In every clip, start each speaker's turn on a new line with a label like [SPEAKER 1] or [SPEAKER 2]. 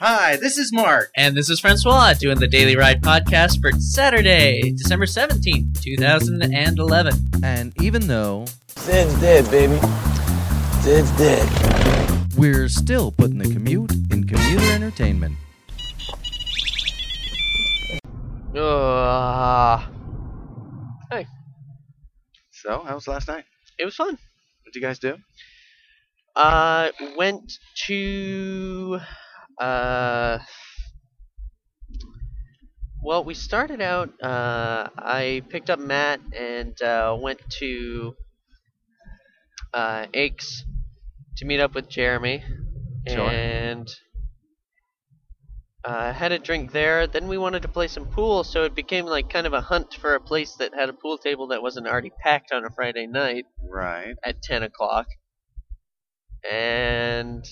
[SPEAKER 1] Hi, this is Mark.
[SPEAKER 2] And this is Francois doing the Daily Ride podcast for Saturday, December 17th, 2011.
[SPEAKER 3] And even though
[SPEAKER 4] Sid's dead, baby. Sid's dead.
[SPEAKER 3] we're still putting the commute in commuter entertainment.
[SPEAKER 5] Ugh.
[SPEAKER 1] So, how was last night?
[SPEAKER 5] It was fun. Uh,
[SPEAKER 1] What did you guys do?
[SPEAKER 5] I went to. Uh, well, we started out. Uh, I picked up Matt and uh, went to uh, Aches to meet up with Jeremy.
[SPEAKER 1] Sure.
[SPEAKER 5] And uh, had a drink there. Then we wanted to play some pool, so it became like kind of a hunt for a place that had a pool table that wasn't already packed on a Friday night
[SPEAKER 1] Right.
[SPEAKER 5] at 10 o'clock. And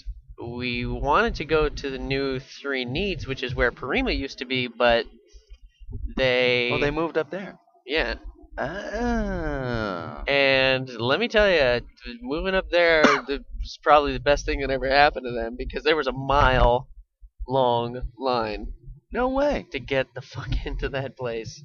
[SPEAKER 5] we wanted to go to the new Three Needs, which is where Parima used to be, but they.
[SPEAKER 1] Well, Oh, they moved up there.
[SPEAKER 5] Yeah.
[SPEAKER 1] Ah.
[SPEAKER 5] And let me tell you, moving up there was probably the best thing that ever happened to them because there was a mile long line
[SPEAKER 1] No way.
[SPEAKER 5] to get the fuck into that place.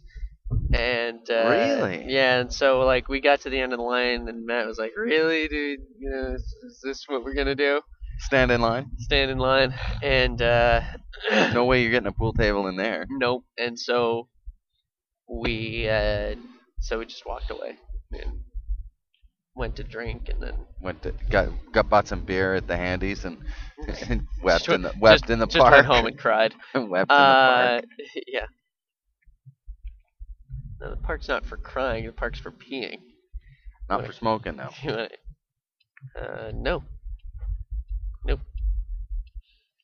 [SPEAKER 5] And uh,
[SPEAKER 1] Really?
[SPEAKER 5] yeah, and so like we got to the end of the line, and Matt was like, "Really, dude? You know, is, is this what we're gonna do?
[SPEAKER 1] Stand in line.
[SPEAKER 5] Stand in line?" And uh,
[SPEAKER 1] No way you're getting a pool table in there.
[SPEAKER 5] nope. And so we uh, so we just walked away and went to drink, and then
[SPEAKER 1] Went to, got got bought some beer at the handies and, and wept
[SPEAKER 5] Just
[SPEAKER 1] in the wept
[SPEAKER 5] just,
[SPEAKER 1] in the
[SPEAKER 5] just
[SPEAKER 1] park.
[SPEAKER 5] went home and cried.
[SPEAKER 1] wept
[SPEAKER 5] Uh,
[SPEAKER 1] in the park.
[SPEAKER 5] yeah. No, the park's not for crying. The park's for peeing.
[SPEAKER 1] Not for smoking though.
[SPEAKER 5] You wanna- Uh, no.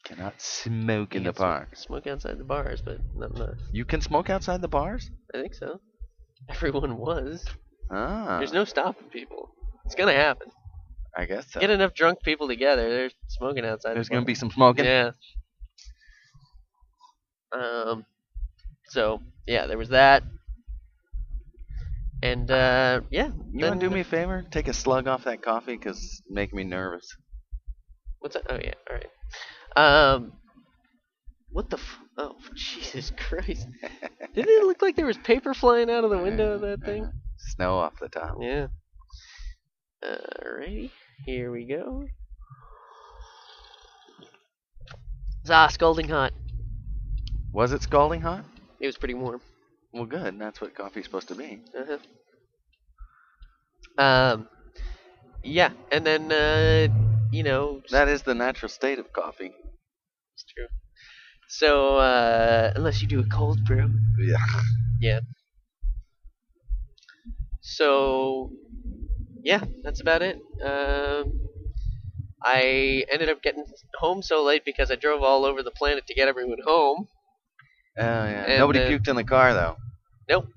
[SPEAKER 1] Cannot smoke in the
[SPEAKER 5] Yes.
[SPEAKER 1] park.
[SPEAKER 5] Smoke outside the bars, but I'm not.
[SPEAKER 1] You can smoke outside the bars.
[SPEAKER 5] I think so. Everyone was.
[SPEAKER 1] Ah.
[SPEAKER 5] There's no stopping people. It's gonna happen.
[SPEAKER 1] I guess so.
[SPEAKER 5] Get enough drunk people together, they're smoking outside.
[SPEAKER 1] There's
[SPEAKER 5] the bar.
[SPEAKER 1] gonna be some smoking.
[SPEAKER 5] Yeah. Um. So yeah, there was that. And uh, yeah.
[SPEAKER 1] You wanna
[SPEAKER 5] then-
[SPEAKER 1] do me a favor? Take a slug off that coffee, cause make me nervous.
[SPEAKER 5] What's that? Oh yeah. All right. Um. What the? F- oh Jesus Christ! Didn't it look like there was paper flying out of the window of that thing?
[SPEAKER 1] Snow off the top.
[SPEAKER 5] Yeah. Alrighty, here we go. Zah, scalding hot.
[SPEAKER 1] Was it scalding hot?
[SPEAKER 5] It was pretty warm.
[SPEAKER 1] Well, good. That's what coffee's supposed to be.
[SPEAKER 5] Uh-huh. Um, yeah, and then, uh, you know, s-
[SPEAKER 1] That is the natural state of coffee.
[SPEAKER 5] it's true. So, uh, unless you do a cold brew.
[SPEAKER 1] Yeah.
[SPEAKER 5] Yeah. So, yeah, that's about it. Um, I ended up getting home so late because I drove all over the planet to get everyone home.
[SPEAKER 1] Oh yeah.
[SPEAKER 5] And,
[SPEAKER 1] Nobody
[SPEAKER 5] uh,
[SPEAKER 1] puked in the car though.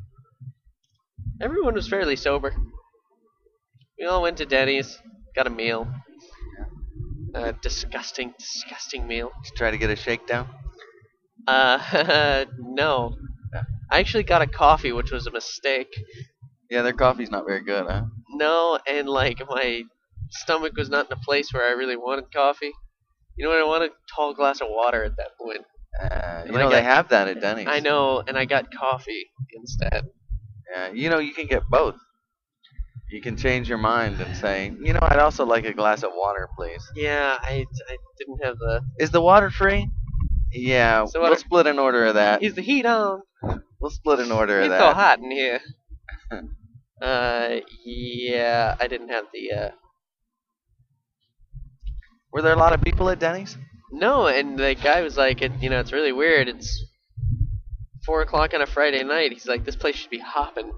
[SPEAKER 5] Everyone was fairly sober. We all went to Denny's, got a meal. A disgusting, disgusting meal.
[SPEAKER 1] Did you try to get a shakedown.
[SPEAKER 5] Uh, no. I actually got a coffee, which was a mistake.
[SPEAKER 1] Yeah, their coffee's not very good, huh? Uh,
[SPEAKER 5] No, and like my stomach was not in a place where I really wanted coffee. You know what? I wanted a tall glass of water at that point.
[SPEAKER 1] Uh, you
[SPEAKER 5] Like
[SPEAKER 1] know they
[SPEAKER 5] a-
[SPEAKER 1] have that at Denny's.
[SPEAKER 5] I know, and I got coffee instead.
[SPEAKER 1] Yeah, you know you can get both. You can change your mind and say, you know, I'd also like a glass of water, please.
[SPEAKER 5] Yeah, I, I didn't have the.
[SPEAKER 1] Is the water free? Yeah,
[SPEAKER 5] So
[SPEAKER 1] we'll
[SPEAKER 5] water-
[SPEAKER 1] split an order of that.
[SPEAKER 5] Is the heat on?
[SPEAKER 1] We'll split an order of
[SPEAKER 5] It's
[SPEAKER 1] that.
[SPEAKER 5] so hot in here. uh, yeah, I didn't have the. uh
[SPEAKER 1] Were there a lot of people at Denny's?
[SPEAKER 5] No, and the guy was like, it, you know, it's really weird. It's four o'clock on a Friday night. He's like, this place should be hopping.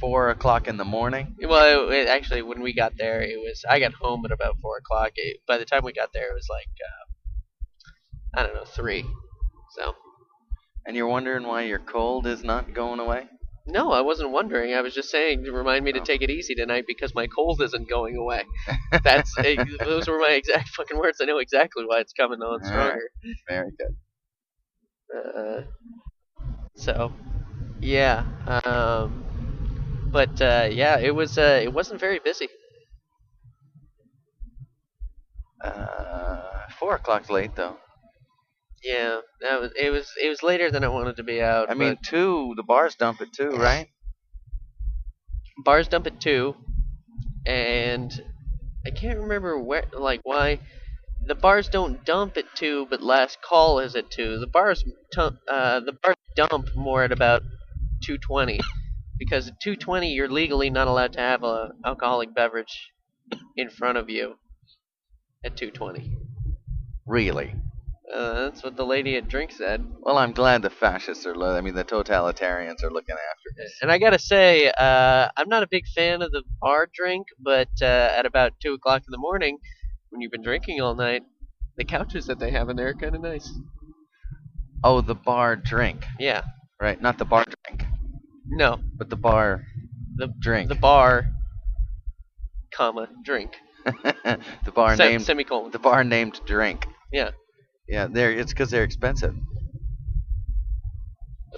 [SPEAKER 1] Four o'clock in the morning.
[SPEAKER 5] Well, it, it, actually, when we got there, it was I got home at about four o'clock. It, by the time we got there, it was like uh, I don't know three. So
[SPEAKER 1] And you're wondering why your cold is not going away?
[SPEAKER 5] no, I wasn't wondering. I was just saying to remind me to
[SPEAKER 1] Oh.
[SPEAKER 5] take it easy tonight because my cold isn't going away. That's eh, those were my exact fucking words. I know exactly why it's coming on
[SPEAKER 1] Alright.
[SPEAKER 5] stronger.
[SPEAKER 1] Very good.
[SPEAKER 5] Uh, so yeah, um, but uh, yeah, it was uh, it wasn't very busy.
[SPEAKER 1] Uh, four o'clock's late though.
[SPEAKER 5] Yeah, that was it. Was it was later than I wanted to be out.
[SPEAKER 1] I mean, two. The bars dump it too, right?
[SPEAKER 5] but bars dump at two, and I can't remember where, like why. The bars don't dump at two, but last call is at two. The bars, tu- uh, the bars dump more at about two twenty, because at two twenty you're legally not allowed to have a alcoholic beverage in front of you. At two twenty,
[SPEAKER 1] Really?
[SPEAKER 5] uh, that's what the lady at drink said.
[SPEAKER 1] Well, I'm glad the fascists are. Lo- I mean, the totalitarians are looking after this.
[SPEAKER 5] And I gotta say, uh, I'm not a big fan of the bar drink, but uh, at about two o'clock in the morning, when you've been drinking all night, the couches that they have in there are kind of nice.
[SPEAKER 1] Oh, the bar drink,
[SPEAKER 5] Yeah.
[SPEAKER 1] right? Not the bar drink,
[SPEAKER 5] No,
[SPEAKER 1] but the bar
[SPEAKER 5] The-
[SPEAKER 1] drink.
[SPEAKER 5] the bar, comma drink.
[SPEAKER 1] the bar
[SPEAKER 5] Se-
[SPEAKER 1] named
[SPEAKER 5] semicolon.
[SPEAKER 1] the bar named drink.
[SPEAKER 5] Yeah.
[SPEAKER 1] Yeah, they're it's because they're expensive.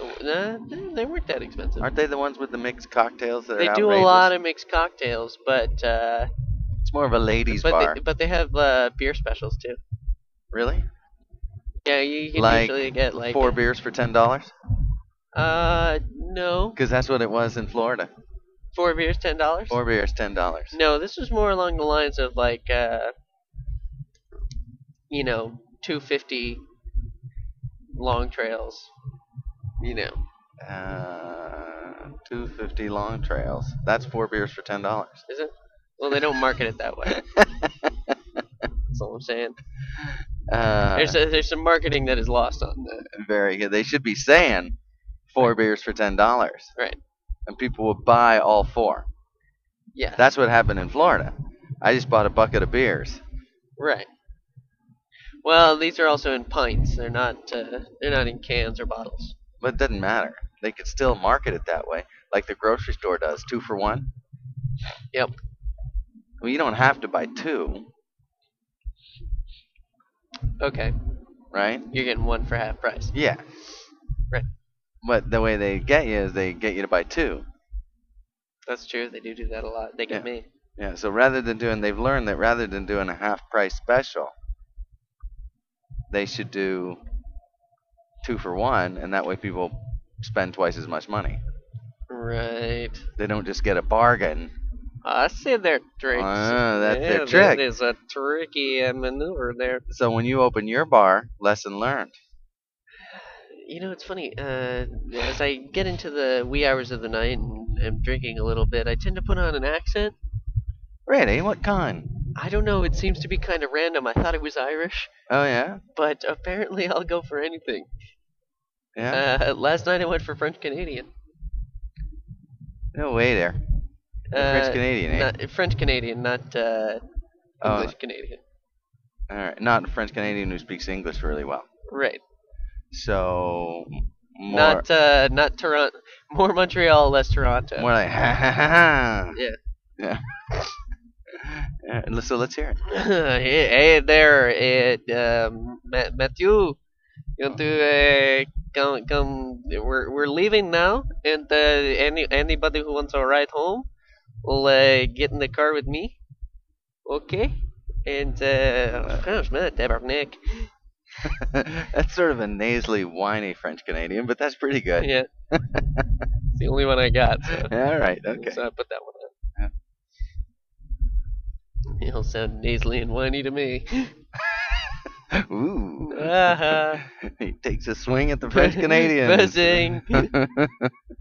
[SPEAKER 5] Uh, they- they weren't that expensive.
[SPEAKER 1] Aren't they the ones with the mixed cocktails that
[SPEAKER 5] they
[SPEAKER 1] are
[SPEAKER 5] do a
[SPEAKER 1] outrageous?
[SPEAKER 5] lot of mixed cocktails, but uh,
[SPEAKER 1] It's more of a ladies'
[SPEAKER 5] but
[SPEAKER 1] bar.
[SPEAKER 5] they, but they have uh, beer specials too.
[SPEAKER 1] really?
[SPEAKER 5] Yeah, you, you can
[SPEAKER 1] Like
[SPEAKER 5] usually get like
[SPEAKER 1] Four beers for ten dollars?
[SPEAKER 5] Uh, no,
[SPEAKER 1] Because that's what it was in Florida.
[SPEAKER 5] four beers, ten dollars.
[SPEAKER 1] Four beers, ten dollars.
[SPEAKER 5] No, this was more along the lines of like, uh, you know, 250 long trails. You know,
[SPEAKER 1] Uh, two fifty long trails. That's four beers for ten dollars.
[SPEAKER 5] is it? Well, they don't market it that way. That's all I'm saying.
[SPEAKER 1] Uh,
[SPEAKER 5] There's a, there's some marketing that is lost on that.
[SPEAKER 1] very good. They should be saying four beers for ten dollars.
[SPEAKER 5] Right.
[SPEAKER 1] And people would buy all four.
[SPEAKER 5] Yeah.
[SPEAKER 1] That's what happened in Florida. I just bought a bucket of beers.
[SPEAKER 5] right. Well, these are also in pints. They're not uh, they're not in cans or bottles.
[SPEAKER 1] But it doesn't matter. They could still market it that way, like the grocery store does, two for one.
[SPEAKER 5] Yep.
[SPEAKER 1] Well, you don't have to buy two,
[SPEAKER 5] Okay.
[SPEAKER 1] right?
[SPEAKER 5] You're getting one for half price.
[SPEAKER 1] Yeah.
[SPEAKER 5] Right.
[SPEAKER 1] But the way they get you is they get you to buy two.
[SPEAKER 5] That's true. They do do that a lot. They get
[SPEAKER 1] Yeah.
[SPEAKER 5] me.
[SPEAKER 1] Yeah. So rather than doing, they've learned that rather than doing a half price special, they should do two for one, and that way people spend twice as much money.
[SPEAKER 5] Right.
[SPEAKER 1] They don't just get a bargain.
[SPEAKER 5] I see their tricks.
[SPEAKER 1] Ah, that's their
[SPEAKER 5] Yeah,
[SPEAKER 1] trick.
[SPEAKER 5] That is a tricky uh, maneuver there.
[SPEAKER 1] So when you open your bar, lesson learned.
[SPEAKER 5] You know, it's funny. Uh, as I get into the wee hours of the night and am drinking a little bit, I tend to put on an accent.
[SPEAKER 1] Really? What kind?
[SPEAKER 5] I don't know. It seems to be kind of random. I thought it was Irish,
[SPEAKER 1] Oh yeah,
[SPEAKER 5] but apparently I'll go for anything.
[SPEAKER 1] yeah.
[SPEAKER 5] Uh, last night I went for French Canadian.
[SPEAKER 1] no way there. You're French Canadian, eh?
[SPEAKER 5] uh, Not, French Canadian, not uh,
[SPEAKER 1] Oh.
[SPEAKER 5] English Canadian.
[SPEAKER 1] All right, not a French Canadian who speaks English really well.
[SPEAKER 5] Right.
[SPEAKER 1] So more,
[SPEAKER 5] Not uh, not Toronto. More Montreal, less Toronto.
[SPEAKER 1] more like ha ha ha. ha.
[SPEAKER 5] Yeah.
[SPEAKER 1] Yeah. All right, so let's hear it.
[SPEAKER 5] hey, hey there, it, um, Ma- Matthew. You want to uh, come? Come. We're we're leaving now, and uh, any anybody who wants a ride home will uh, get in the car with me. Okay. And uh, oh, gosh, man, Tabarnak.
[SPEAKER 1] That's sort of a nasally, whiny French Canadian, but that's pretty good.
[SPEAKER 5] Yeah. it's the only one I got. So,
[SPEAKER 1] All right. Okay.
[SPEAKER 5] so I put that one on. He'll sound nasally and whiny to me.
[SPEAKER 1] Ooh.
[SPEAKER 5] Ah,
[SPEAKER 1] he takes a swing at the French Canadian.
[SPEAKER 5] Buzzing.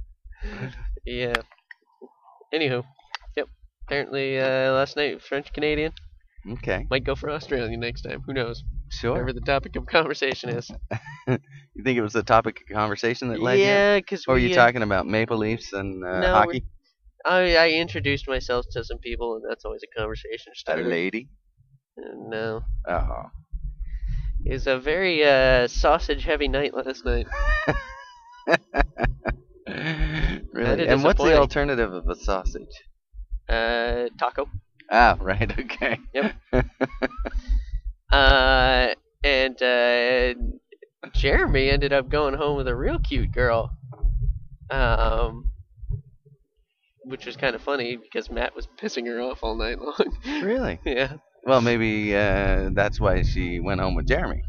[SPEAKER 5] Yeah. Anywho, yep. Apparently, uh, last night French Canadian
[SPEAKER 1] okay.
[SPEAKER 5] might go for Australian next time. Who knows?
[SPEAKER 1] Sure.
[SPEAKER 5] Whatever the topic of conversation is.
[SPEAKER 1] You think it was the topic of conversation that led you?
[SPEAKER 5] yeah, because
[SPEAKER 1] Or were
[SPEAKER 5] we.
[SPEAKER 1] you
[SPEAKER 5] uh,
[SPEAKER 1] talking about Maple Leafs and uh,
[SPEAKER 5] no,
[SPEAKER 1] hockey?
[SPEAKER 5] I, I introduced myself to some people, and that's always a conversation
[SPEAKER 1] A
[SPEAKER 5] starter.
[SPEAKER 1] lady?
[SPEAKER 5] Uh, No,
[SPEAKER 1] Oh.
[SPEAKER 5] it was a very uh, sausage-heavy night last night.
[SPEAKER 1] really?
[SPEAKER 5] Kinda
[SPEAKER 1] And what's the
[SPEAKER 5] disappointing.
[SPEAKER 1] alternative of a sausage?
[SPEAKER 5] Uh, taco.
[SPEAKER 1] Ah, right, okay.
[SPEAKER 5] Yep. Uh, and uh, Jeremy ended up going home with a real cute girl. Um, which was kind of funny because Matt was pissing her off all night long.
[SPEAKER 1] really?
[SPEAKER 5] yeah.
[SPEAKER 1] Well, maybe uh, that's why she went home with Jeremy.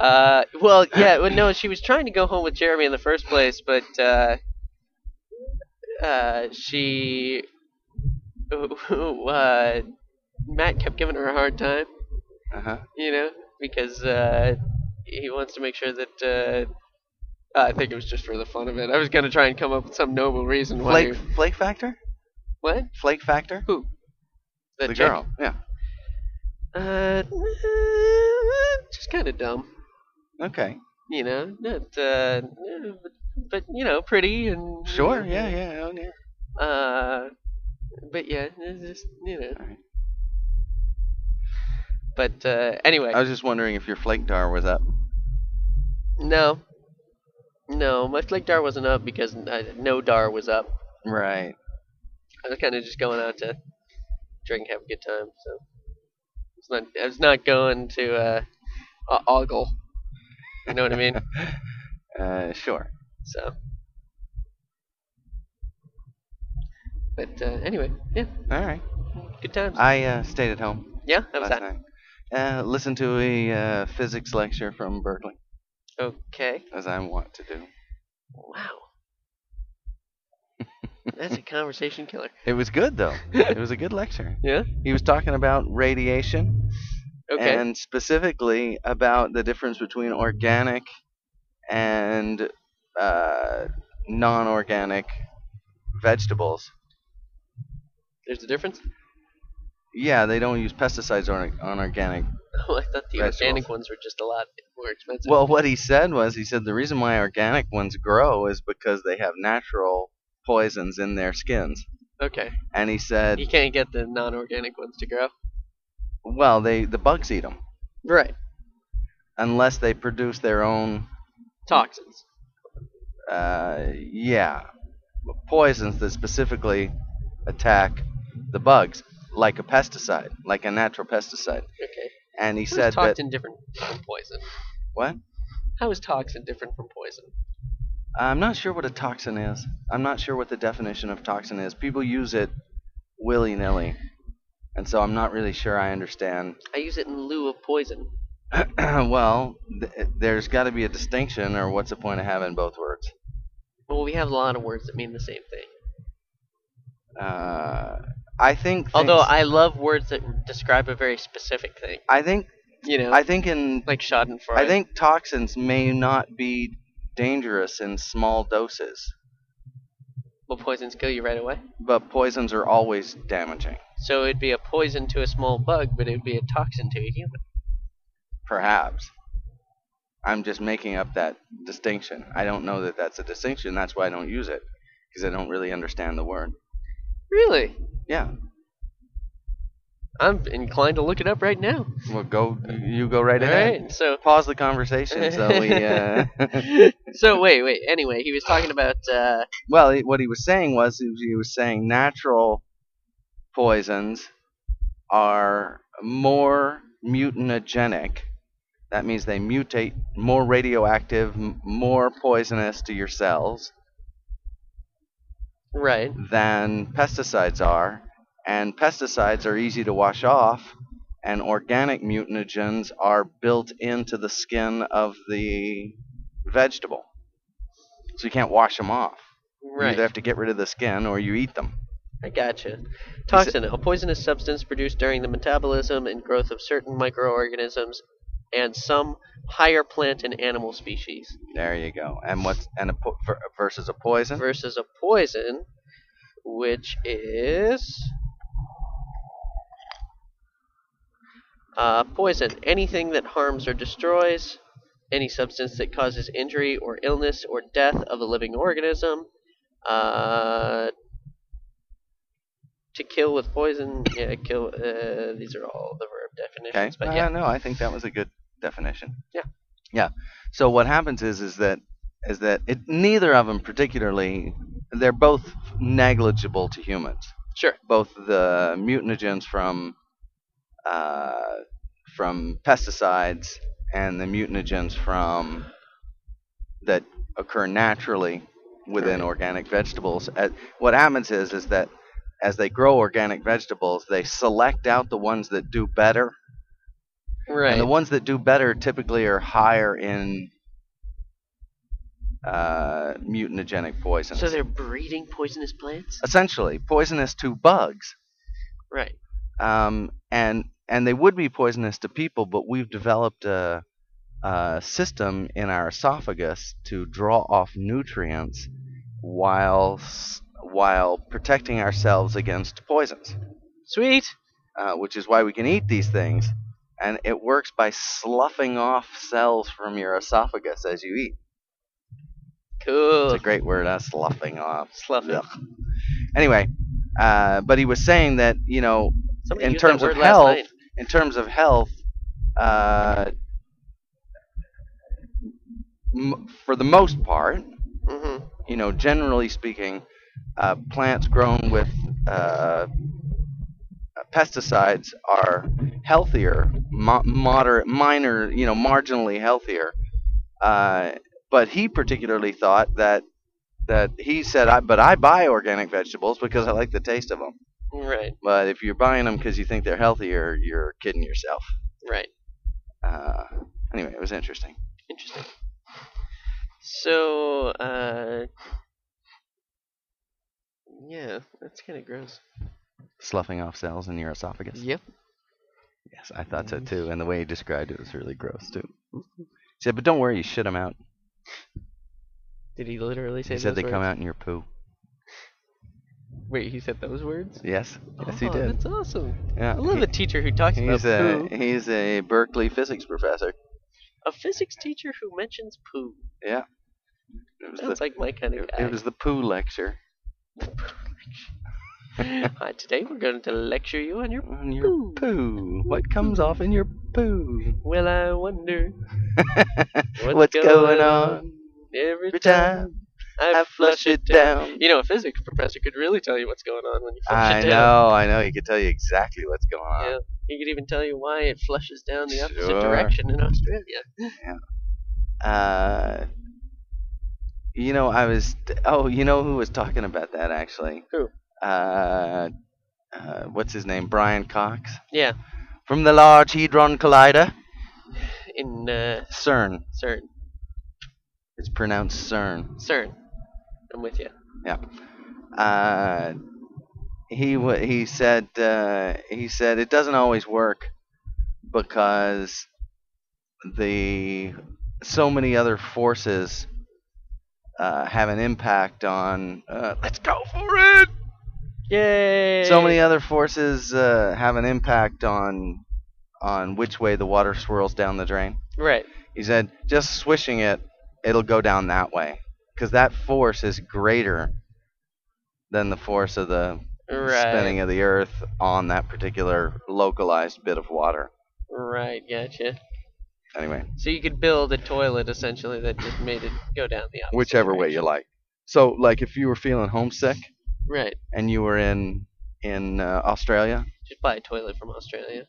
[SPEAKER 5] Uh, well, yeah, well, no, she was trying to go home with Jeremy in the first place, but uh, uh, she, uh, Matt kept giving her a hard time,
[SPEAKER 1] Uh huh.
[SPEAKER 5] you know, because uh, he wants to make sure that. Uh, I think it was just for the fun of it. I was gonna try and come up with some noble reason why.
[SPEAKER 1] Flake
[SPEAKER 5] you-
[SPEAKER 1] Flake Factor?
[SPEAKER 5] What?
[SPEAKER 1] Flake Factor?
[SPEAKER 5] Who?
[SPEAKER 1] The,
[SPEAKER 5] chick?
[SPEAKER 1] girl. Yeah.
[SPEAKER 5] Uh, just kind of dumb.
[SPEAKER 1] Okay.
[SPEAKER 5] you know, not, uh, eh, but, but you know, pretty and
[SPEAKER 1] Sure. Yeah. Yeah. Oh, yeah.
[SPEAKER 5] yeah. Uh, but yeah, it's just you know.
[SPEAKER 1] Alright.
[SPEAKER 5] But uh, anyway,
[SPEAKER 1] I was just wondering if your flake dar was up.
[SPEAKER 5] no, no, much like Dar wasn't up because I, no Dar was up.
[SPEAKER 1] Right.
[SPEAKER 5] I was kind of just going out to drink, have a good time. So it's not, I was not going to uh, o- ogle. You know what I mean?
[SPEAKER 1] Uh, sure.
[SPEAKER 5] So. But uh, anyway, yeah,
[SPEAKER 1] All right.
[SPEAKER 5] good times.
[SPEAKER 1] I uh, stayed at home
[SPEAKER 5] yeah, how was
[SPEAKER 1] last
[SPEAKER 5] that?
[SPEAKER 1] night. Uh, listened to a uh, physics lecture from Berkeley,
[SPEAKER 5] Okay.
[SPEAKER 1] as I want to do.
[SPEAKER 5] Wow. That's a conversation killer.
[SPEAKER 1] It was good though. it was a good lecture.
[SPEAKER 5] Yeah.
[SPEAKER 1] He was talking about radiation
[SPEAKER 5] Okay.
[SPEAKER 1] and specifically about the difference between organic and uh, non-organic vegetables.
[SPEAKER 5] There's a difference.
[SPEAKER 1] Yeah, they don't use pesticides on, on organic.
[SPEAKER 5] Oh, I thought the
[SPEAKER 1] Vegetables.
[SPEAKER 5] organic ones were just a lot more expensive.
[SPEAKER 1] Well, what he said was he said the reason why organic ones grow is because they have natural poisons in their skins.
[SPEAKER 5] okay.
[SPEAKER 1] And he said,
[SPEAKER 5] You can't get the non-organic ones to grow.
[SPEAKER 1] well, they the bugs eat them
[SPEAKER 5] Right.
[SPEAKER 1] unless they produce their own
[SPEAKER 5] Toxins.
[SPEAKER 1] uh, yeah, poisons that specifically attack the bugs, like a pesticide, like a natural pesticide.
[SPEAKER 5] Okay.
[SPEAKER 1] And he
[SPEAKER 5] How
[SPEAKER 1] said
[SPEAKER 5] is
[SPEAKER 1] that
[SPEAKER 5] toxin different from poison?
[SPEAKER 1] what?
[SPEAKER 5] How is toxin different from poison?
[SPEAKER 1] I'm not sure what a toxin is. I'm not sure what the definition of toxin is. People use it willy nilly, and so I'm not really sure I understand.
[SPEAKER 5] I use it in lieu of poison.
[SPEAKER 1] well, th- there's got to be a distinction, or what's the point of having both words?
[SPEAKER 5] Well, we have a lot of words that mean the same thing.
[SPEAKER 1] Uh, I think. things-
[SPEAKER 5] Although I love words that describe a very specific thing.
[SPEAKER 1] I think,
[SPEAKER 5] You know,
[SPEAKER 1] I think in
[SPEAKER 5] like Schadenfreude.
[SPEAKER 1] I think toxins may not be dangerous in small doses,
[SPEAKER 5] will poisons kill you right away.
[SPEAKER 1] but poisons are always damaging.
[SPEAKER 5] So it'd be a poison to a small bug, but it'd be a toxin to a human.
[SPEAKER 1] Perhaps. I'm just making up that distinction. I don't know that that's a distinction. That's why I don't use it, because I don't really understand the word.
[SPEAKER 5] Really?
[SPEAKER 1] Yeah.
[SPEAKER 5] I'm inclined to look it up right now.
[SPEAKER 1] Well, go. You go right
[SPEAKER 5] All
[SPEAKER 1] ahead.
[SPEAKER 5] right. So,
[SPEAKER 1] Pause the conversation so we. Uh,
[SPEAKER 5] so wait, wait. Anyway, he was talking about. Uh,
[SPEAKER 1] well, he- what he was saying was he was- he was saying natural poisons are more mutagenic. That means they mutate more radioactive, m- more poisonous to your cells
[SPEAKER 5] right.
[SPEAKER 1] than pesticides are. And pesticides are easy to wash off, and organic mutagens are built into the skin of the vegetable. So you can't wash them off. You
[SPEAKER 5] Right.
[SPEAKER 1] either have to get rid of the skin or you eat them.
[SPEAKER 5] I gotcha. Toxin, a poisonous substance produced during the metabolism and growth of certain microorganisms and some higher plant and animal species.
[SPEAKER 1] There you go. And what's and a po- ver- versus a poison?
[SPEAKER 5] versus a poison, which is uh, poison. Anything that harms or destroys, any substance that causes injury or illness or death of a living organism. Uh, to kill with poison, yeah, kill. Uh, these are all the verb
[SPEAKER 1] okay.
[SPEAKER 5] definitions,
[SPEAKER 1] No,
[SPEAKER 5] but yeah,
[SPEAKER 1] no, I think that was a good definition.
[SPEAKER 5] Yeah.
[SPEAKER 1] Yeah. So what happens is is that is that it, neither of them particularly they're both negligible to humans.
[SPEAKER 5] sure,
[SPEAKER 1] Both the mutagens from uh, from pesticides and the mutagens from that occur naturally within
[SPEAKER 5] Right.
[SPEAKER 1] organic vegetables. Uh, What happens is is that as they grow organic vegetables, they select out the ones that do better
[SPEAKER 5] Right.
[SPEAKER 1] And the ones that do better typically are higher in uh, mutagenic poisons.
[SPEAKER 5] so they're breeding poisonous plants?
[SPEAKER 1] essentially poisonous to bugs,
[SPEAKER 5] Right.
[SPEAKER 1] um, and and they would be poisonous to people, but we've developed a, a system in our esophagus to draw off nutrients while s- while protecting ourselves against poisons.
[SPEAKER 5] Sweet.
[SPEAKER 1] uh, which is why we can eat these things. And it works by sloughing off cells from your esophagus as you eat. It's
[SPEAKER 5] Cool.
[SPEAKER 1] a great word, uh, sloughing off.
[SPEAKER 5] Slough.
[SPEAKER 1] Ugh. Anyway, uh, but he was saying that you know,
[SPEAKER 5] Somebody
[SPEAKER 1] in
[SPEAKER 5] used that
[SPEAKER 1] terms of
[SPEAKER 5] word last
[SPEAKER 1] health,
[SPEAKER 5] night.
[SPEAKER 1] in terms of health, uh, m- for the most part,
[SPEAKER 5] Mhm.
[SPEAKER 1] you know, generally speaking, uh, plants grown with uh, pesticides are healthier, mo- moderate, minor, you know, marginally healthier. Uh, but he particularly thought that that he said, I, "But I buy organic vegetables because I like the taste of them."
[SPEAKER 5] Right.
[SPEAKER 1] But if you're buying them because you think they're healthier, you're kidding yourself.
[SPEAKER 5] Right.
[SPEAKER 1] Uh, anyway, it was interesting.
[SPEAKER 5] Interesting. So, uh, yeah, that's kind of gross.
[SPEAKER 1] Sloughing off cells in your esophagus.
[SPEAKER 5] Yep.
[SPEAKER 1] Yes, I thought so too. And the way he described it was really gross too. He said, but don't worry, you shit them out.
[SPEAKER 5] Did he literally say?
[SPEAKER 1] He said
[SPEAKER 5] those
[SPEAKER 1] they come
[SPEAKER 5] words?
[SPEAKER 1] out in your poo.
[SPEAKER 5] Wait, he said those words?
[SPEAKER 1] Yes, yes, he
[SPEAKER 5] Oh,
[SPEAKER 1] did.
[SPEAKER 5] That's awesome.
[SPEAKER 1] Yeah.
[SPEAKER 5] I love
[SPEAKER 1] he-
[SPEAKER 5] a teacher who talks about
[SPEAKER 1] He's a
[SPEAKER 5] poo.
[SPEAKER 1] he's a Berkeley physics professor.
[SPEAKER 5] A physics teacher who mentions poo.
[SPEAKER 1] Yeah. It was
[SPEAKER 5] Sounds
[SPEAKER 1] the
[SPEAKER 5] like my kind of guy.
[SPEAKER 1] it was the poo lecture
[SPEAKER 5] Uh, today we're going to lecture you on your.
[SPEAKER 1] on your poo.
[SPEAKER 5] Poo.
[SPEAKER 1] What comes off in your poo?
[SPEAKER 5] Well, I wonder what's,
[SPEAKER 1] What's going on?
[SPEAKER 5] every,
[SPEAKER 1] Every
[SPEAKER 5] time,
[SPEAKER 1] time
[SPEAKER 5] I,
[SPEAKER 1] I flush it down.
[SPEAKER 5] You know, a physics professor could really tell you what's going on when you flush
[SPEAKER 1] I
[SPEAKER 5] it down.
[SPEAKER 1] know, I know. He could tell you exactly what's going on.
[SPEAKER 5] Yeah. He could even tell you why it flushes down the opposite
[SPEAKER 1] Sure.
[SPEAKER 5] direction in Australia.
[SPEAKER 1] Uh, you know, I was. Oh, you know who was talking about that actually?
[SPEAKER 5] Who?
[SPEAKER 1] Uh, uh, what's his name? Brian Cox
[SPEAKER 5] Yeah,
[SPEAKER 1] from the Large Hadron Collider,
[SPEAKER 5] in uh,
[SPEAKER 1] CERN.
[SPEAKER 5] CERN.
[SPEAKER 1] It's pronounced CERN.
[SPEAKER 5] CERN. I'm with you.
[SPEAKER 1] Uh, he wa he said uh, he said it doesn't always work because the so many other forces uh, have an impact on uh, let's go for it
[SPEAKER 5] Yay!
[SPEAKER 1] so many other forces uh, have an impact on on which way the water swirls down the drain
[SPEAKER 5] Right.
[SPEAKER 1] he said just swishing it it'll go down that way because that force is greater than the force of the
[SPEAKER 5] Right.
[SPEAKER 1] spinning of the earth on that particular localized bit of water.
[SPEAKER 5] Right, gotcha.
[SPEAKER 1] Anyway,
[SPEAKER 5] So you could build a toilet essentially that just made it go down the opposite
[SPEAKER 1] whichever way you like. So, like, if you were feeling homesick
[SPEAKER 5] way. Right.
[SPEAKER 1] and you were in in uh, Australia,
[SPEAKER 5] Just buy a toilet from Australia.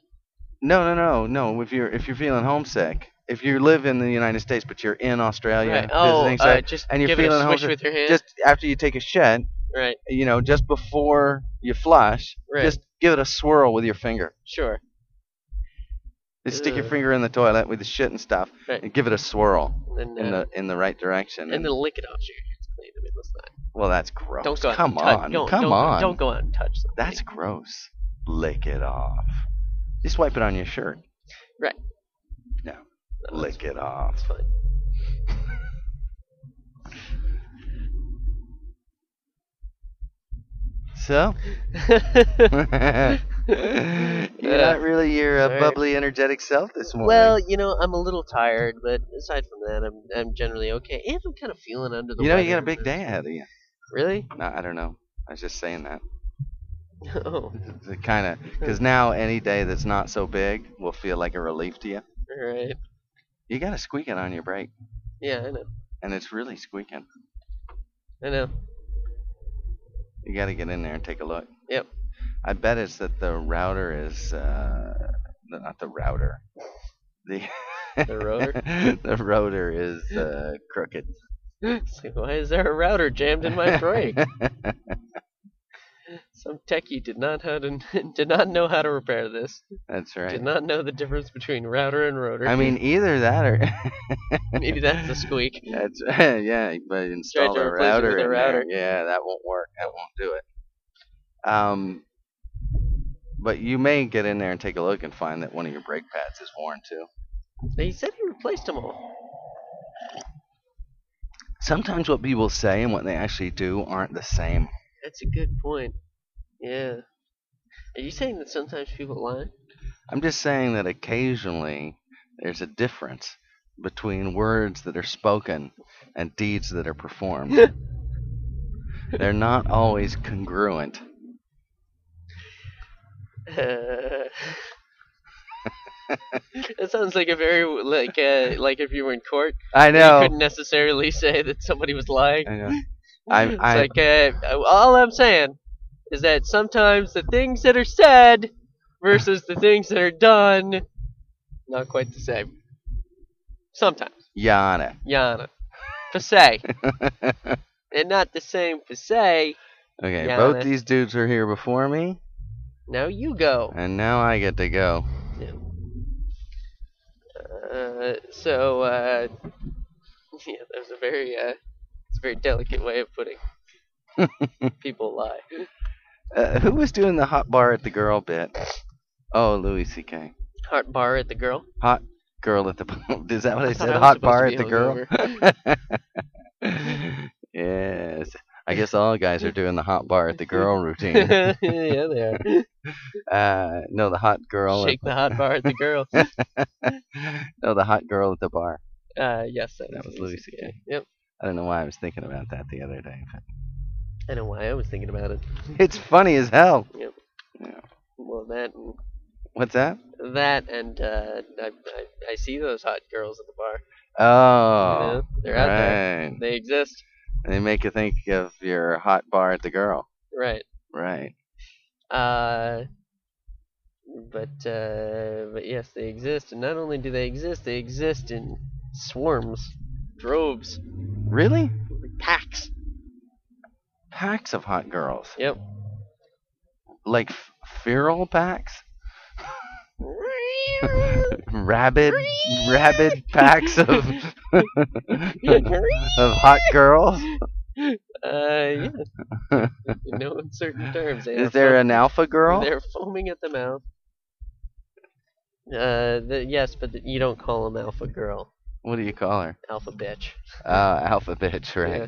[SPEAKER 1] no, no, no,
[SPEAKER 5] Mm-hmm.
[SPEAKER 1] no. If you're if you're feeling homesick, if you live in the United States but you're in Australia
[SPEAKER 5] right. Oh,
[SPEAKER 1] visiting,
[SPEAKER 5] uh,
[SPEAKER 1] say,
[SPEAKER 5] just
[SPEAKER 1] and you're
[SPEAKER 5] give it
[SPEAKER 1] feeling
[SPEAKER 5] a swish
[SPEAKER 1] homesick,
[SPEAKER 5] with your hand.
[SPEAKER 1] just after you take a shit,
[SPEAKER 5] right.
[SPEAKER 1] you know, just before you flush,
[SPEAKER 5] Right.
[SPEAKER 1] just give it a swirl with your finger.
[SPEAKER 5] Sure.
[SPEAKER 1] Just stick your
[SPEAKER 5] Ugh.
[SPEAKER 1] finger in the toilet with the shit and stuff,
[SPEAKER 5] Right.
[SPEAKER 1] and give it a swirl.
[SPEAKER 5] And then,
[SPEAKER 1] in
[SPEAKER 5] uh,
[SPEAKER 1] the in the right direction.
[SPEAKER 5] and then lick it off your hands clean. I mean, let's not.
[SPEAKER 1] well, that's gross.
[SPEAKER 5] Don't go out
[SPEAKER 1] Come
[SPEAKER 5] and touch.
[SPEAKER 1] on,
[SPEAKER 5] Don't,
[SPEAKER 1] come
[SPEAKER 5] don't,
[SPEAKER 1] on.
[SPEAKER 5] Don't go out and touch something.
[SPEAKER 1] That's gross. Lick it off. Just wipe it on your shirt.
[SPEAKER 5] Right.
[SPEAKER 1] No,
[SPEAKER 5] No, that's-
[SPEAKER 1] lick it off.
[SPEAKER 5] That's fine.
[SPEAKER 1] So, you're not really your uh,
[SPEAKER 5] Sorry.
[SPEAKER 1] bubbly, energetic self this morning.
[SPEAKER 5] well, you know, I'm a little tired, but aside from that, I'm I'm generally okay, and I'm kind of feeling under the.
[SPEAKER 1] you know,
[SPEAKER 5] weather.
[SPEAKER 1] you got a big day ahead of you.
[SPEAKER 5] Really?
[SPEAKER 1] No, I don't know. I was just saying that.
[SPEAKER 5] Oh,
[SPEAKER 1] Kind of, because now any day that's not so big will feel like a relief to you.
[SPEAKER 5] all right.
[SPEAKER 1] You got to squeak it on your brake,
[SPEAKER 5] Yeah, I know.
[SPEAKER 1] and it's really squeaking.
[SPEAKER 5] I know.
[SPEAKER 1] You got to get in there and take a look.
[SPEAKER 5] Yep.
[SPEAKER 1] I bet it's that the router is uh, no, not the router. The
[SPEAKER 5] The rotor.
[SPEAKER 1] the rotor is uh, crooked.
[SPEAKER 5] It's like, why is there a router jammed in my brake? Some techie did not how to did not know how to repair this.
[SPEAKER 1] That's right.
[SPEAKER 5] Did not know the difference between router and rotor.
[SPEAKER 1] I mean, either that or
[SPEAKER 5] maybe that's the squeak.
[SPEAKER 1] That's yeah, but install
[SPEAKER 5] to
[SPEAKER 1] a
[SPEAKER 5] replace it with
[SPEAKER 1] router.
[SPEAKER 5] a
[SPEAKER 1] in there.
[SPEAKER 5] router.
[SPEAKER 1] Yeah, that won't work. That won't do it. Um, but you may get in there and take a look and find that one of your brake pads is worn too.
[SPEAKER 5] He said he replaced them all.
[SPEAKER 1] Sometimes what people say and what they actually do aren't the same.
[SPEAKER 5] That's a good point. Yeah. Are you saying that sometimes people lie?
[SPEAKER 1] I'm just saying that occasionally there's a difference between words that are spoken and deeds that are performed. They're not always congruent.
[SPEAKER 5] Uh, that sounds like a very like uh, like if you were in court,
[SPEAKER 1] I
[SPEAKER 5] you
[SPEAKER 1] know.
[SPEAKER 5] couldn't necessarily say that somebody was lying.
[SPEAKER 1] I know. I'm-
[SPEAKER 5] it's
[SPEAKER 1] I'm-
[SPEAKER 5] like uh, all I'm saying is that sometimes the things that are said versus the things that are done, not quite the same. Sometimes,
[SPEAKER 1] Yana.
[SPEAKER 5] Yana, per se, and not the same per se.
[SPEAKER 1] Okay,
[SPEAKER 5] Yeah,
[SPEAKER 1] both
[SPEAKER 5] that-
[SPEAKER 1] these dudes are here before me,
[SPEAKER 5] Now you go.
[SPEAKER 1] and now I get to go.
[SPEAKER 5] Uh, so uh, yeah, that was a very uh, it's a very delicate way of putting people lie.
[SPEAKER 1] Uh, who was doing the hot bar at the girl bit? Oh, Louis C.K.
[SPEAKER 5] Heart bar at the girl.
[SPEAKER 1] Girl at the is that what I,
[SPEAKER 5] I thought
[SPEAKER 1] said?
[SPEAKER 5] I was
[SPEAKER 1] hot
[SPEAKER 5] supposed
[SPEAKER 1] bar
[SPEAKER 5] to
[SPEAKER 1] at the
[SPEAKER 5] be
[SPEAKER 1] girl. yes, I guess all guys are doing the hot bar at the girl routine.
[SPEAKER 5] yeah, they are.
[SPEAKER 1] Uh, no, the hot girl.
[SPEAKER 5] Shake the hot bar at the girl.
[SPEAKER 1] no, the hot girl at the bar.
[SPEAKER 5] Uh, yes, that,
[SPEAKER 1] That
[SPEAKER 5] is
[SPEAKER 1] was Louis
[SPEAKER 5] CK.
[SPEAKER 1] CK.
[SPEAKER 5] Yep.
[SPEAKER 1] I don't know why I was thinking about that the other day. but
[SPEAKER 5] I know why I was thinking about it.
[SPEAKER 1] It's funny as hell.
[SPEAKER 5] Well, that and
[SPEAKER 1] What's that?
[SPEAKER 5] that and uh, I, I I see those hot girls at the bar.
[SPEAKER 1] Oh,
[SPEAKER 5] you know? they're out there.
[SPEAKER 1] right.
[SPEAKER 5] They exist.
[SPEAKER 1] And they make you think of your hot bar at the girl.
[SPEAKER 5] Right.
[SPEAKER 1] Right.
[SPEAKER 5] Uh, but uh, but yes, they exist, and not only do they exist, they exist in swarms, droves,
[SPEAKER 1] Really?
[SPEAKER 5] packs.
[SPEAKER 1] Packs of hot girls.
[SPEAKER 5] Yep.
[SPEAKER 1] Like f- feral packs?
[SPEAKER 5] Uh,
[SPEAKER 1] rabid, rabid packs of, of hot girls?
[SPEAKER 5] Uh, yeah. In no uncertain terms. They
[SPEAKER 1] Is
[SPEAKER 5] are
[SPEAKER 1] there
[SPEAKER 5] foam-
[SPEAKER 1] an alpha girl?
[SPEAKER 5] They're foaming at the mouth. Uh, the, yes, but the, you don't call them alpha girl,
[SPEAKER 1] What do you call her?
[SPEAKER 5] alpha bitch.
[SPEAKER 1] Uh, alpha bitch, right?
[SPEAKER 5] Yeah.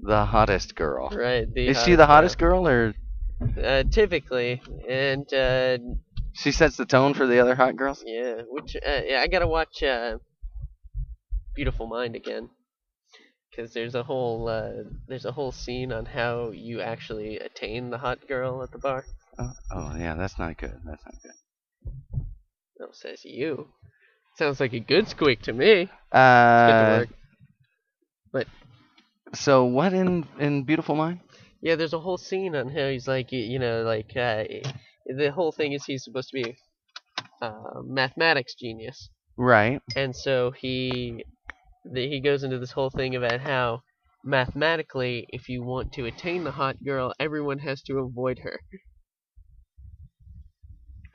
[SPEAKER 1] The hottest girl.
[SPEAKER 5] Right. The
[SPEAKER 1] Is she the hottest girl, or
[SPEAKER 5] girl? Uh, typically, and uh,
[SPEAKER 1] she sets the tone for the other hot girls?
[SPEAKER 5] yeah, which uh, yeah, I gotta watch uh, Beautiful Mind again, because there's a whole uh, there's a whole scene on how you actually attain the hot girl at the bar.
[SPEAKER 1] Oh, oh yeah, that's not good. That's not good.
[SPEAKER 5] No, says you. Sounds like a good squeak to me. Good
[SPEAKER 1] Uh,
[SPEAKER 5] work.
[SPEAKER 1] so what in in Beautiful Mind?
[SPEAKER 5] Yeah, there's a whole scene on how he's like, y- you know, like uh, the whole thing is he's supposed to be a mathematics genius,
[SPEAKER 1] Right.
[SPEAKER 5] and so he the, he goes into this whole thing about how mathematically, if you want to attain the hot girl, everyone has to avoid her,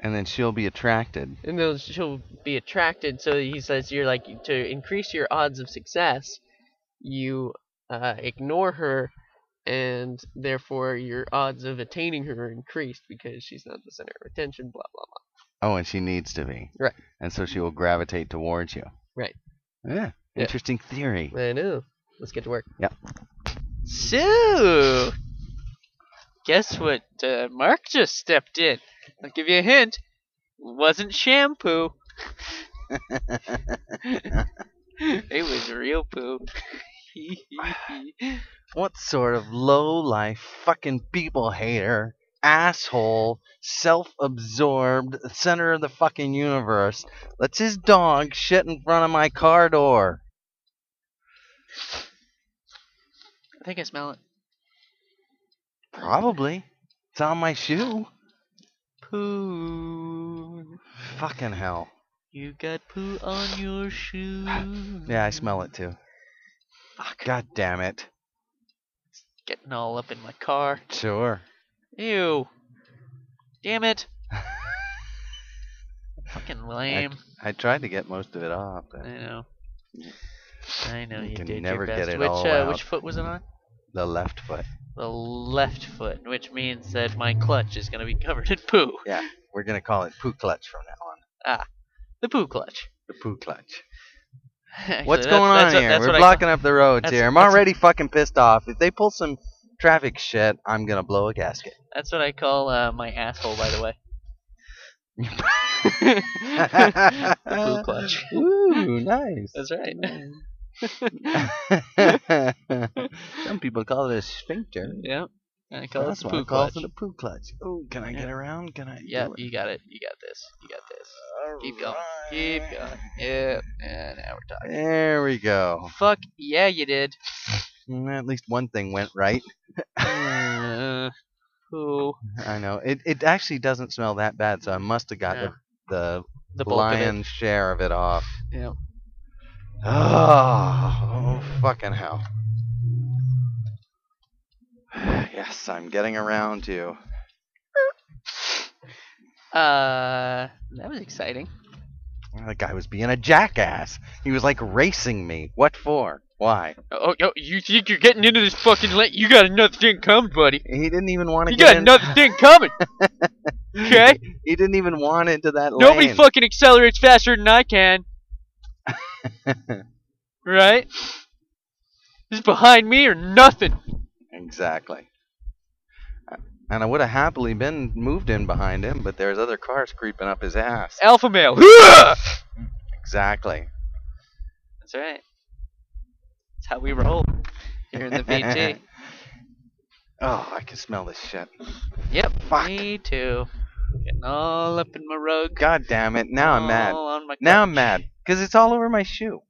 [SPEAKER 1] and then she'll be attracted.
[SPEAKER 5] and then she'll be attracted. So he says, you're like to increase your odds of success, you uh, ignore her. And therefore, your odds of attaining her are increased because she's not the center of attention. Blah blah blah.
[SPEAKER 1] Oh, and she needs to be.
[SPEAKER 5] Right.
[SPEAKER 1] And so she will gravitate towards you.
[SPEAKER 5] Right.
[SPEAKER 1] Yeah.
[SPEAKER 5] Yeah.
[SPEAKER 1] Interesting theory.
[SPEAKER 5] I know. Let's get to work.
[SPEAKER 1] Yep.
[SPEAKER 5] So, guess what? Uh, Mark just stepped in. I'll give you a hint. Wasn't shampoo. it was real poo.
[SPEAKER 1] What sort of low life fucking people hater, asshole, self absorbed, center of the fucking universe lets his dog shit in front of my car door?
[SPEAKER 6] I think I smell it.
[SPEAKER 1] Probably. It's on my shoe.
[SPEAKER 5] poo.
[SPEAKER 1] Fucking hell.
[SPEAKER 5] You got poo on your shoe.
[SPEAKER 1] Yeah, I smell it too.
[SPEAKER 5] Fuck.
[SPEAKER 1] God damn it.
[SPEAKER 5] Getting all up in my car.
[SPEAKER 1] Sure.
[SPEAKER 5] Ew. Damn it. Fucking lame.
[SPEAKER 1] I tried to get most of it off.
[SPEAKER 5] I
[SPEAKER 1] But
[SPEAKER 5] know. I know
[SPEAKER 1] You
[SPEAKER 5] you,
[SPEAKER 1] can
[SPEAKER 5] did
[SPEAKER 1] never
[SPEAKER 5] your
[SPEAKER 1] get
[SPEAKER 5] best.
[SPEAKER 1] it
[SPEAKER 5] which
[SPEAKER 1] all
[SPEAKER 5] uh,
[SPEAKER 1] out.
[SPEAKER 5] which foot was it on?
[SPEAKER 1] the left foot.
[SPEAKER 5] The left foot, which means that my clutch is gonna be covered in poo.
[SPEAKER 1] Yeah, we're gonna call it poo clutch from now on.
[SPEAKER 5] The poo clutch.
[SPEAKER 1] The poo clutch.
[SPEAKER 5] Actually,
[SPEAKER 1] What's
[SPEAKER 5] that's-
[SPEAKER 1] going
[SPEAKER 5] that's
[SPEAKER 1] on
[SPEAKER 5] what-
[SPEAKER 1] here?
[SPEAKER 5] that's what
[SPEAKER 1] we're
[SPEAKER 5] I-
[SPEAKER 1] blocking up the roads
[SPEAKER 5] that's-
[SPEAKER 1] here. I'm
[SPEAKER 5] that's-
[SPEAKER 1] already fucking pissed off. If they pull some traffic shit, I'm gonna blow a gasket.
[SPEAKER 5] That's what I call uh, my asshole, by the way. Poo clutch.
[SPEAKER 1] Ooh, nice.
[SPEAKER 5] That's right.
[SPEAKER 1] Some people call it a sphincter.
[SPEAKER 5] yeah. I call
[SPEAKER 1] That's
[SPEAKER 5] it the
[SPEAKER 1] why I
[SPEAKER 5] poo
[SPEAKER 1] call
[SPEAKER 5] clutch.
[SPEAKER 1] it the poo clutch. Ooh, can I get around? Can I? do
[SPEAKER 5] Yeah,
[SPEAKER 1] it?
[SPEAKER 5] you got it. You got this. You got this. Keep going.
[SPEAKER 1] Alright.
[SPEAKER 5] Keep going. Yeah. And now we're talking.
[SPEAKER 1] There we go.
[SPEAKER 5] Fuck yeah, you did.
[SPEAKER 1] Mm, At least one thing went right.
[SPEAKER 5] Uh, poo.
[SPEAKER 1] I know. It it actually doesn't smell that bad, so I must have got
[SPEAKER 5] Yeah.
[SPEAKER 1] the
[SPEAKER 5] The
[SPEAKER 1] the
[SPEAKER 5] bulk of it.
[SPEAKER 1] lion's share of it off.
[SPEAKER 5] Yeah.
[SPEAKER 1] Oh, fucking hell. Yes, I'm getting around you.
[SPEAKER 5] Uh, that was exciting.
[SPEAKER 1] The guy was being a jackass. He was like racing me. What for? Why?
[SPEAKER 5] Oh, yo, you think you're getting into this fucking late? You got another thing coming, buddy.
[SPEAKER 1] He didn't even want to
[SPEAKER 5] You
[SPEAKER 1] get
[SPEAKER 5] got
[SPEAKER 1] in-
[SPEAKER 5] another thing coming. okay?
[SPEAKER 1] He didn't even want into that
[SPEAKER 5] Nobody
[SPEAKER 1] lane.
[SPEAKER 5] fucking accelerates faster than I can. right? This is behind me or nothing.
[SPEAKER 1] Exactly. And I would have happily been moved in behind him, but there's other cars creeping up his ass.
[SPEAKER 5] Alpha male.
[SPEAKER 1] Exactly.
[SPEAKER 5] That's right. That's how we roll here in the VT.
[SPEAKER 1] Oh, I can smell this shit.
[SPEAKER 5] yep.
[SPEAKER 1] Fuck.
[SPEAKER 5] Me too. Getting all up in my rug.
[SPEAKER 1] God damn it. Now I'm mad.
[SPEAKER 5] all on my
[SPEAKER 1] Now I'm
[SPEAKER 5] couch.
[SPEAKER 1] mad. Because it's all over my shoe.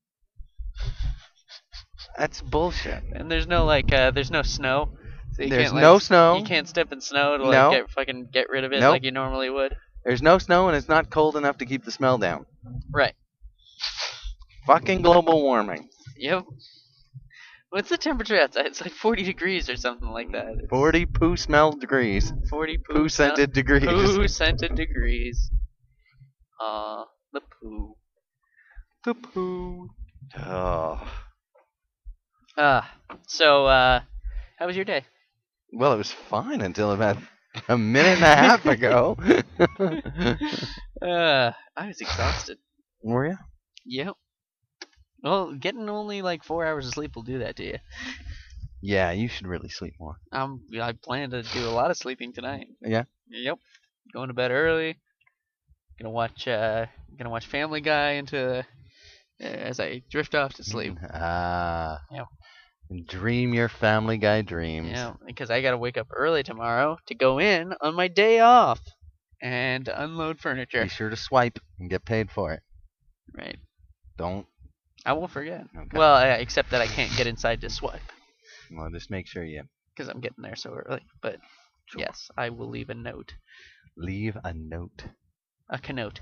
[SPEAKER 1] That's bullshit.
[SPEAKER 5] And there's no like, uh, there's no snow. So you
[SPEAKER 1] There's
[SPEAKER 5] can't, like,
[SPEAKER 1] no snow.
[SPEAKER 5] You can't step in snow to like
[SPEAKER 1] No.
[SPEAKER 5] get fucking get rid of it
[SPEAKER 1] Nope.
[SPEAKER 5] like you normally would.
[SPEAKER 1] There's no snow, and it's not cold enough to keep the smell down.
[SPEAKER 5] Right.
[SPEAKER 1] Fucking global warming.
[SPEAKER 5] Yep. What's the temperature outside? It's like 40 degrees or something like that.
[SPEAKER 1] 40 poo smelled degrees.
[SPEAKER 5] 40 poo
[SPEAKER 1] Poo scented degrees.
[SPEAKER 5] Poo scented degrees. Ah, the poo. The poo.
[SPEAKER 1] Oh.
[SPEAKER 5] Ah, so uh, how was your day?
[SPEAKER 1] Well, it was fine until about a minute and a half ago.
[SPEAKER 5] Uh, I was exhausted.
[SPEAKER 1] Were you?
[SPEAKER 5] yep. Well, getting only like four hours of sleep will do that to you.
[SPEAKER 1] Yeah, you should really sleep more.
[SPEAKER 5] Um, I plan to do a lot of sleeping tonight.
[SPEAKER 1] Yeah?
[SPEAKER 5] Yep. Going to bed early. Gonna watch. Uh, gonna watch Family Guy into uh, as I drift off to sleep.
[SPEAKER 1] Ah.
[SPEAKER 5] Yep.
[SPEAKER 1] Dream your Family Guy dreams.
[SPEAKER 5] Yeah, because I gotta wake up early tomorrow to go in on my day off and unload furniture.
[SPEAKER 1] Be sure to swipe and get paid for it.
[SPEAKER 5] Right.
[SPEAKER 1] Don't.
[SPEAKER 5] I won't forget.
[SPEAKER 1] Okay.
[SPEAKER 5] Well, uh, except that I can't get inside to swipe
[SPEAKER 1] Well, just make sure you
[SPEAKER 5] because I'm getting there so early. But
[SPEAKER 1] Sure.
[SPEAKER 5] yes, I will leave a note.
[SPEAKER 1] leave a note.
[SPEAKER 5] A connote.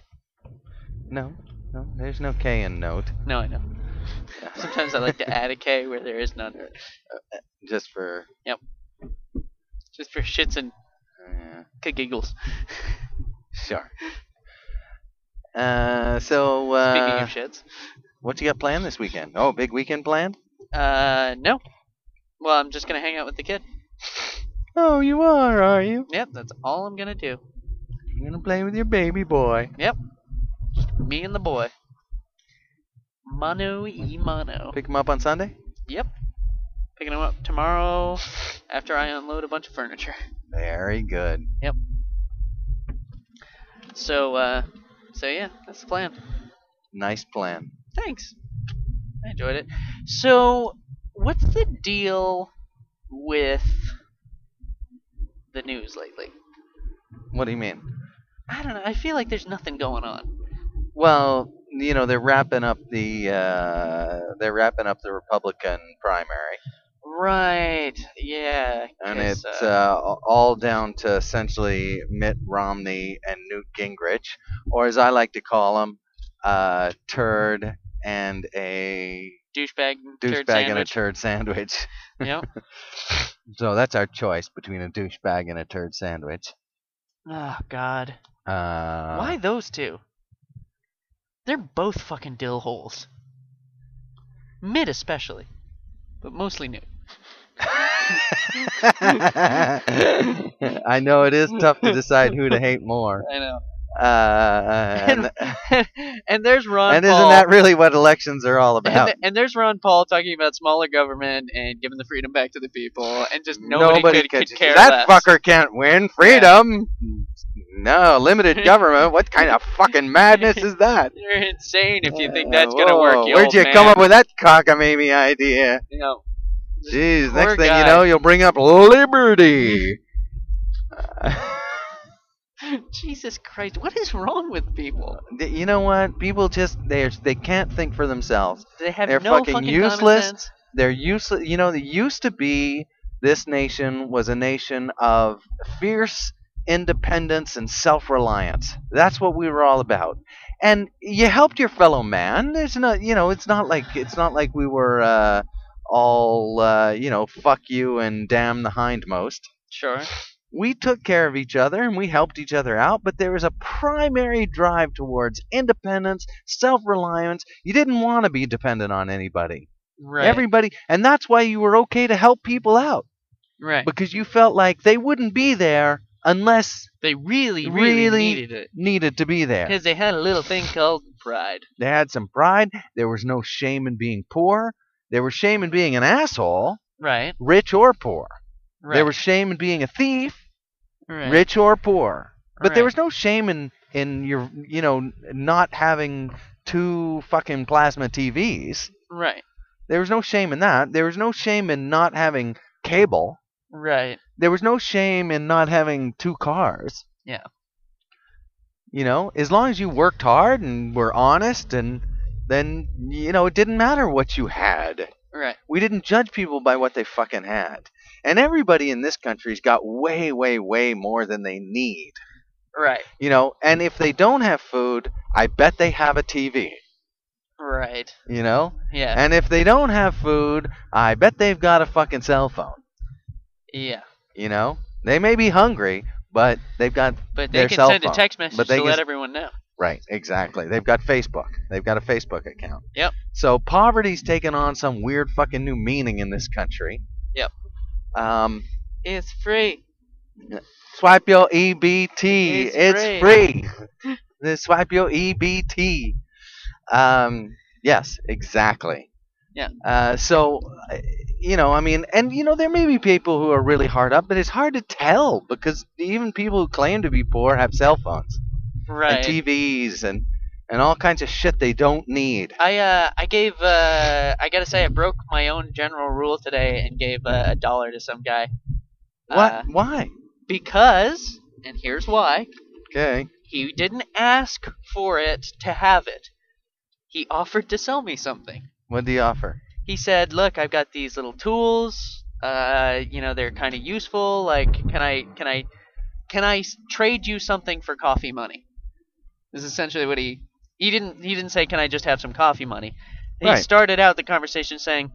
[SPEAKER 1] No, no, there's no K in note.
[SPEAKER 5] No, I know. Sometimes I like to add a K where there is none.
[SPEAKER 1] Just for.
[SPEAKER 5] Just for shits and
[SPEAKER 1] Uh,
[SPEAKER 5] k- giggles.
[SPEAKER 1] sure. Uh, so,
[SPEAKER 5] Speaking
[SPEAKER 1] uh,
[SPEAKER 5] of shits.
[SPEAKER 1] what you got planned this weekend? Oh, big weekend planned?
[SPEAKER 5] Uh, no. Well, I'm just gonna hang out with the kid.
[SPEAKER 1] Oh, you are, are you?
[SPEAKER 5] Yep, that's all I'm gonna do.
[SPEAKER 1] You're gonna play with your baby boy.
[SPEAKER 5] Me and the boy. Mono e mono.
[SPEAKER 1] Pick him up on Sunday?
[SPEAKER 5] Yep. Picking them up tomorrow after I unload a bunch of furniture.
[SPEAKER 1] Very good.
[SPEAKER 5] So, uh, so yeah, that's the plan.
[SPEAKER 1] Nice plan.
[SPEAKER 5] Thanks. I enjoyed it. So, what's the deal with the news lately?
[SPEAKER 1] What do you mean?
[SPEAKER 5] I don't know. I feel like there's nothing going on.
[SPEAKER 1] Well, you know, they're wrapping up the uh, they're wrapping up the Republican primary,
[SPEAKER 5] Right. Yeah.
[SPEAKER 1] and
[SPEAKER 5] 'cause,
[SPEAKER 1] it's uh, a- all down to essentially Mitt Romney and Newt Gingrich, or as I like to call him, uh, turd and a
[SPEAKER 5] douchebag, turd
[SPEAKER 1] douchebag and a
[SPEAKER 5] sandwich.
[SPEAKER 1] turd sandwich.
[SPEAKER 5] yep.
[SPEAKER 1] So that's our choice between a douchebag and a turd sandwich.
[SPEAKER 5] Oh God.
[SPEAKER 1] Uh,
[SPEAKER 5] Why those two? They're both fucking dill holes. Mid especially, but mostly new.
[SPEAKER 1] Uh, I know it is tough to decide who to hate more.
[SPEAKER 5] I know.
[SPEAKER 1] Uh, and,
[SPEAKER 5] and there's Ron
[SPEAKER 1] and
[SPEAKER 5] Paul.
[SPEAKER 1] isn't that really what elections are all about?
[SPEAKER 5] and, and there's Ron Paul talking about smaller government and giving the freedom back to the people, and just nobody, could, could
[SPEAKER 1] just-
[SPEAKER 5] care less.
[SPEAKER 1] that fucker can't win freedom. No, limited government. What kind of fucking madness is that?
[SPEAKER 5] You're insane if you think
[SPEAKER 1] Uh,
[SPEAKER 5] that's gonna
[SPEAKER 1] whoa,
[SPEAKER 5] work. You
[SPEAKER 1] Where'd
[SPEAKER 5] old
[SPEAKER 1] you
[SPEAKER 5] man.
[SPEAKER 1] come up with that cockamamie idea?
[SPEAKER 5] You know,
[SPEAKER 1] Jeez,
[SPEAKER 5] Poor
[SPEAKER 1] next thing you
[SPEAKER 5] guy.
[SPEAKER 1] know, you'll bring up liberty. Uh,
[SPEAKER 5] Jesus Christ, what is wrong with people?
[SPEAKER 1] Th- you know what? People just they are they can't think for themselves.
[SPEAKER 5] They have
[SPEAKER 1] They're
[SPEAKER 5] no
[SPEAKER 1] fucking
[SPEAKER 5] common
[SPEAKER 1] useless.
[SPEAKER 5] sense.
[SPEAKER 1] They're useless. You know, it used to be this nation was a nation of fierce independence and self-reliance. That's what we were all about. And you helped your fellow man. There's not, you know, it's not like it's not like we were uh, all, uh, you know, fuck you and damn the hindmost
[SPEAKER 5] Sure.
[SPEAKER 1] we took care of each other and we helped each other out, but there was a primary drive towards independence, self reliance. You didn't want to be dependent on anybody.
[SPEAKER 5] Right.
[SPEAKER 1] Everybody, and that's why you were okay to help people out
[SPEAKER 5] right.
[SPEAKER 1] because you felt like they wouldn't be there unless
[SPEAKER 5] They really, really,
[SPEAKER 1] really really-
[SPEAKER 5] needed it
[SPEAKER 1] needed to be there.
[SPEAKER 5] because they had a little thing called pride.
[SPEAKER 1] They had some pride. There was no shame in being poor. There was shame in being an asshole,
[SPEAKER 5] Right.
[SPEAKER 1] rich or poor.
[SPEAKER 5] Right.
[SPEAKER 1] There was shame in being a thief,
[SPEAKER 5] right.
[SPEAKER 1] rich or poor. But there
[SPEAKER 5] Right.
[SPEAKER 1] was no shame in in your you know n- not having two fucking plasma TVs.
[SPEAKER 5] Right.
[SPEAKER 1] There was no shame in that. There was no shame in not having cable.
[SPEAKER 5] Right.
[SPEAKER 1] There was no shame in not having two cars.
[SPEAKER 5] Yeah.
[SPEAKER 1] You know, as long as you worked hard and were honest and then you know it didn't matter what you had.
[SPEAKER 5] Right.
[SPEAKER 1] We didn't judge people by what they fucking had. And everybody in this country's got way way way more than they need.
[SPEAKER 5] Right.
[SPEAKER 1] You know, and if they don't have food, I bet they have a TV.
[SPEAKER 5] Right.
[SPEAKER 1] You know?
[SPEAKER 5] Yeah.
[SPEAKER 1] And if they don't have food, I bet they've got a fucking cell phone.
[SPEAKER 5] yeah.
[SPEAKER 1] You know? They may be hungry, but they've got
[SPEAKER 5] But they
[SPEAKER 1] their
[SPEAKER 5] can
[SPEAKER 1] cell
[SPEAKER 5] send
[SPEAKER 1] phone,
[SPEAKER 5] a text message
[SPEAKER 1] but they
[SPEAKER 5] to let
[SPEAKER 1] can-
[SPEAKER 5] everyone know.
[SPEAKER 1] right, exactly. They've got Facebook. They've got a Facebook account.
[SPEAKER 5] Yep.
[SPEAKER 1] So poverty's taken on some weird fucking new meaning in this country.
[SPEAKER 5] Yep.
[SPEAKER 1] Um
[SPEAKER 5] It's free.
[SPEAKER 1] swipe your EBT.
[SPEAKER 5] It's
[SPEAKER 1] It's,
[SPEAKER 5] free.
[SPEAKER 1] free. Then swipe your EBT. Um, yes, exactly.
[SPEAKER 5] Yeah.
[SPEAKER 1] Uh, so, uh, you know, I mean, and you know, there may be people who are really hard up, but it's hard to tell because even people who claim to be poor have cell phones
[SPEAKER 5] Right.
[SPEAKER 1] and TVs and and all kinds of shit they don't need.
[SPEAKER 5] I uh I gave uh I gotta say I broke my own general rule today and gave uh, a dollar to some guy.
[SPEAKER 1] What?
[SPEAKER 5] Uh,
[SPEAKER 1] Why?
[SPEAKER 5] because and here's why
[SPEAKER 1] Okay.
[SPEAKER 5] he didn't ask for it to have it. He offered to sell me something.
[SPEAKER 1] What do you offer?
[SPEAKER 5] He said, "Look, I've got these little tools. Uh, you know they're kind of useful. Like, can I can I can I s- trade you something for coffee money?" Is essentially what he he didn't he didn't say, "Can I just have some coffee money?" He
[SPEAKER 1] Right.
[SPEAKER 5] started out the conversation saying,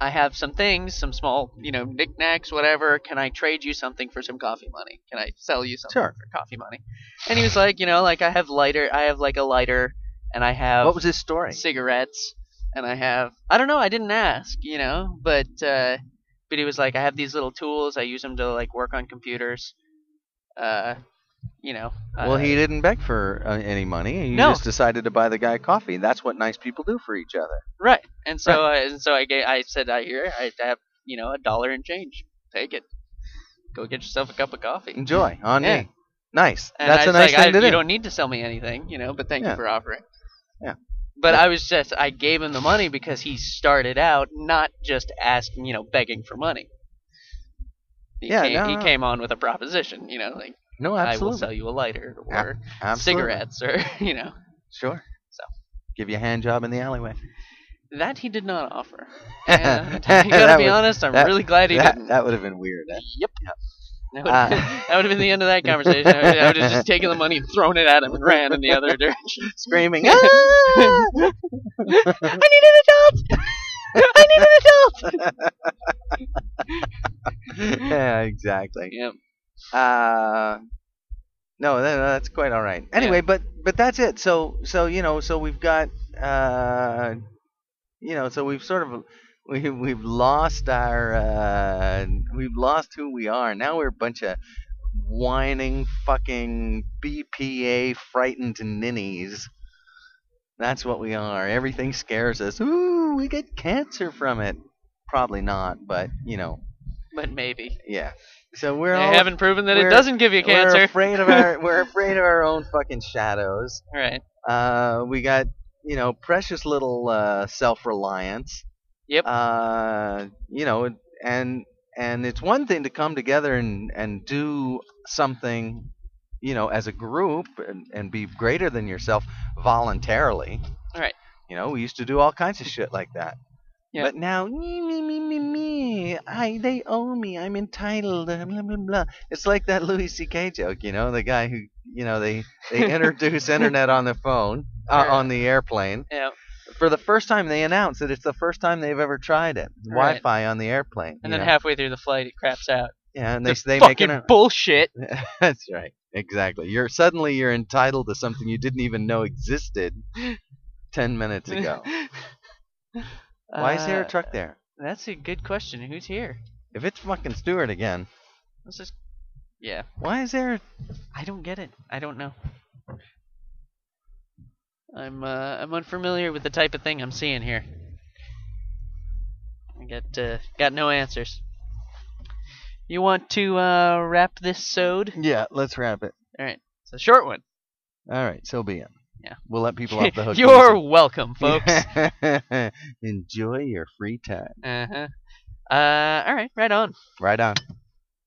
[SPEAKER 5] "I have some things, some small you know knickknacks, whatever. Can I trade you something for some coffee money? Can I sell you something
[SPEAKER 1] Sure.
[SPEAKER 5] for coffee money?" And he was like, "You know, like I have lighter. I have like a lighter, and I have
[SPEAKER 1] What was his story?
[SPEAKER 5] cigarettes and I have I don't know, I didn't ask, you know, but uh but he was like I have these little tools, I use them to like work on computers. Uh you know.
[SPEAKER 1] Well,
[SPEAKER 5] uh,
[SPEAKER 1] he didn't beg for uh, any money. He
[SPEAKER 5] No.
[SPEAKER 1] just decided to buy the guy coffee. That's what nice people do for each other.
[SPEAKER 5] right. And so uh, and so I gave, I said I here I have, you know, a dollar in change. Take it. Go get yourself a cup of coffee.
[SPEAKER 1] Enjoy on
[SPEAKER 5] Yeah.
[SPEAKER 1] me. Nice.
[SPEAKER 5] And
[SPEAKER 1] That's
[SPEAKER 5] I
[SPEAKER 1] a
[SPEAKER 5] was like,
[SPEAKER 1] nice thing
[SPEAKER 5] I,
[SPEAKER 1] to
[SPEAKER 5] You
[SPEAKER 1] do.
[SPEAKER 5] don't need to sell me anything, you know, but thank you
[SPEAKER 1] Yeah.
[SPEAKER 5] for offering.
[SPEAKER 1] Yeah.
[SPEAKER 5] But
[SPEAKER 1] Yeah.
[SPEAKER 5] I was just, I gave him the money because he started out not just asking, you know, begging for money. He
[SPEAKER 1] Yeah,
[SPEAKER 5] came,
[SPEAKER 1] no,
[SPEAKER 5] he
[SPEAKER 1] no.
[SPEAKER 5] came on with a proposition, you know, like
[SPEAKER 1] no,
[SPEAKER 5] I will
[SPEAKER 1] absolutely.
[SPEAKER 5] sell you a lighter
[SPEAKER 1] Yeah,
[SPEAKER 5] or
[SPEAKER 1] Absolutely.
[SPEAKER 5] cigarettes or you know
[SPEAKER 1] Sure.
[SPEAKER 5] So.
[SPEAKER 1] give you a hand job in the alleyway.
[SPEAKER 5] that he did not offer. And I gotta
[SPEAKER 1] That
[SPEAKER 5] be
[SPEAKER 1] would-
[SPEAKER 5] honest, I'm
[SPEAKER 1] that-
[SPEAKER 5] really glad he
[SPEAKER 1] That,
[SPEAKER 5] didn't.
[SPEAKER 1] that would have been weird. eh?
[SPEAKER 5] yep. That would,
[SPEAKER 1] Uh,
[SPEAKER 5] that would have been the end of that conversation. I would, I would have just taken the money and thrown it at him and ran in the other direction.
[SPEAKER 1] Screaming. "Ah!" I need an adult. I need an adult. yeah, exactly.
[SPEAKER 5] Yep.
[SPEAKER 1] Uh, no, that, that's quite all right. Anyway, but but that's it. So so you know so we've got uh, you know so we've sort of we we've lost our uh, we've lost who we are. Now we're a bunch of whining fucking BPA frightened ninnies. That's what we are. Everything scares us. Ooh, we get cancer from it. Probably not, but you know,
[SPEAKER 5] But maybe.
[SPEAKER 1] yeah. So we're
[SPEAKER 5] They
[SPEAKER 1] all
[SPEAKER 5] haven't proven that it
[SPEAKER 1] we're-
[SPEAKER 5] doesn't give you cancer.
[SPEAKER 1] we're afraid of our we're afraid of our own fucking shadows.
[SPEAKER 5] right.
[SPEAKER 1] Uh, we got you know precious little uh, self reliance.
[SPEAKER 5] Yep.
[SPEAKER 1] Uh, you know, and and it's one thing to come together and and do something, you know, as a group and and be greater than yourself voluntarily.
[SPEAKER 5] Right.
[SPEAKER 1] You know, we used to do all kinds of shit like that.
[SPEAKER 5] Yeah.
[SPEAKER 1] But now, me, me, me, me, me, I, they owe me, I'm entitled, uh, blah, blah, blah. It's like that Louis C.K. joke, you know, the guy who, you know, they, they introduce internet on the phone, uh,
[SPEAKER 5] Sure.
[SPEAKER 1] on the airplane.
[SPEAKER 5] Yeah.
[SPEAKER 1] For the first time, they announce that it's the first time they've ever tried it,
[SPEAKER 5] Right.
[SPEAKER 1] Wi-Fi on the airplane.
[SPEAKER 5] And
[SPEAKER 1] you
[SPEAKER 5] then
[SPEAKER 1] know.
[SPEAKER 5] halfway through the flight, it craps out.
[SPEAKER 1] yeah, and they,
[SPEAKER 5] This
[SPEAKER 1] they make
[SPEAKER 5] fucking
[SPEAKER 1] it. a-
[SPEAKER 5] bullshit.
[SPEAKER 1] That's right, exactly. You're suddenly you're entitled to something you didn't even know existed ten minutes ago. Why is there a
[SPEAKER 5] Uh,
[SPEAKER 1] truck there?
[SPEAKER 5] That's a good question. Who's here?
[SPEAKER 1] If it's fucking Stewart again,
[SPEAKER 5] Let's just. Yeah.
[SPEAKER 1] why is there?
[SPEAKER 5] I don't get it. I don't know. I'm uh, I'm unfamiliar with the type of thing I'm seeing here. I got uh, got no answers. You want to uh, wrap this sode?
[SPEAKER 1] Yeah, let's wrap it.
[SPEAKER 5] It's a short one.
[SPEAKER 1] All right, so be it.
[SPEAKER 5] Yeah.
[SPEAKER 1] we'll let people off the hook.
[SPEAKER 5] You're welcome, folks.
[SPEAKER 1] folks. Enjoy your free time.
[SPEAKER 5] uh-huh. Uh, all right, right on.
[SPEAKER 1] Right on.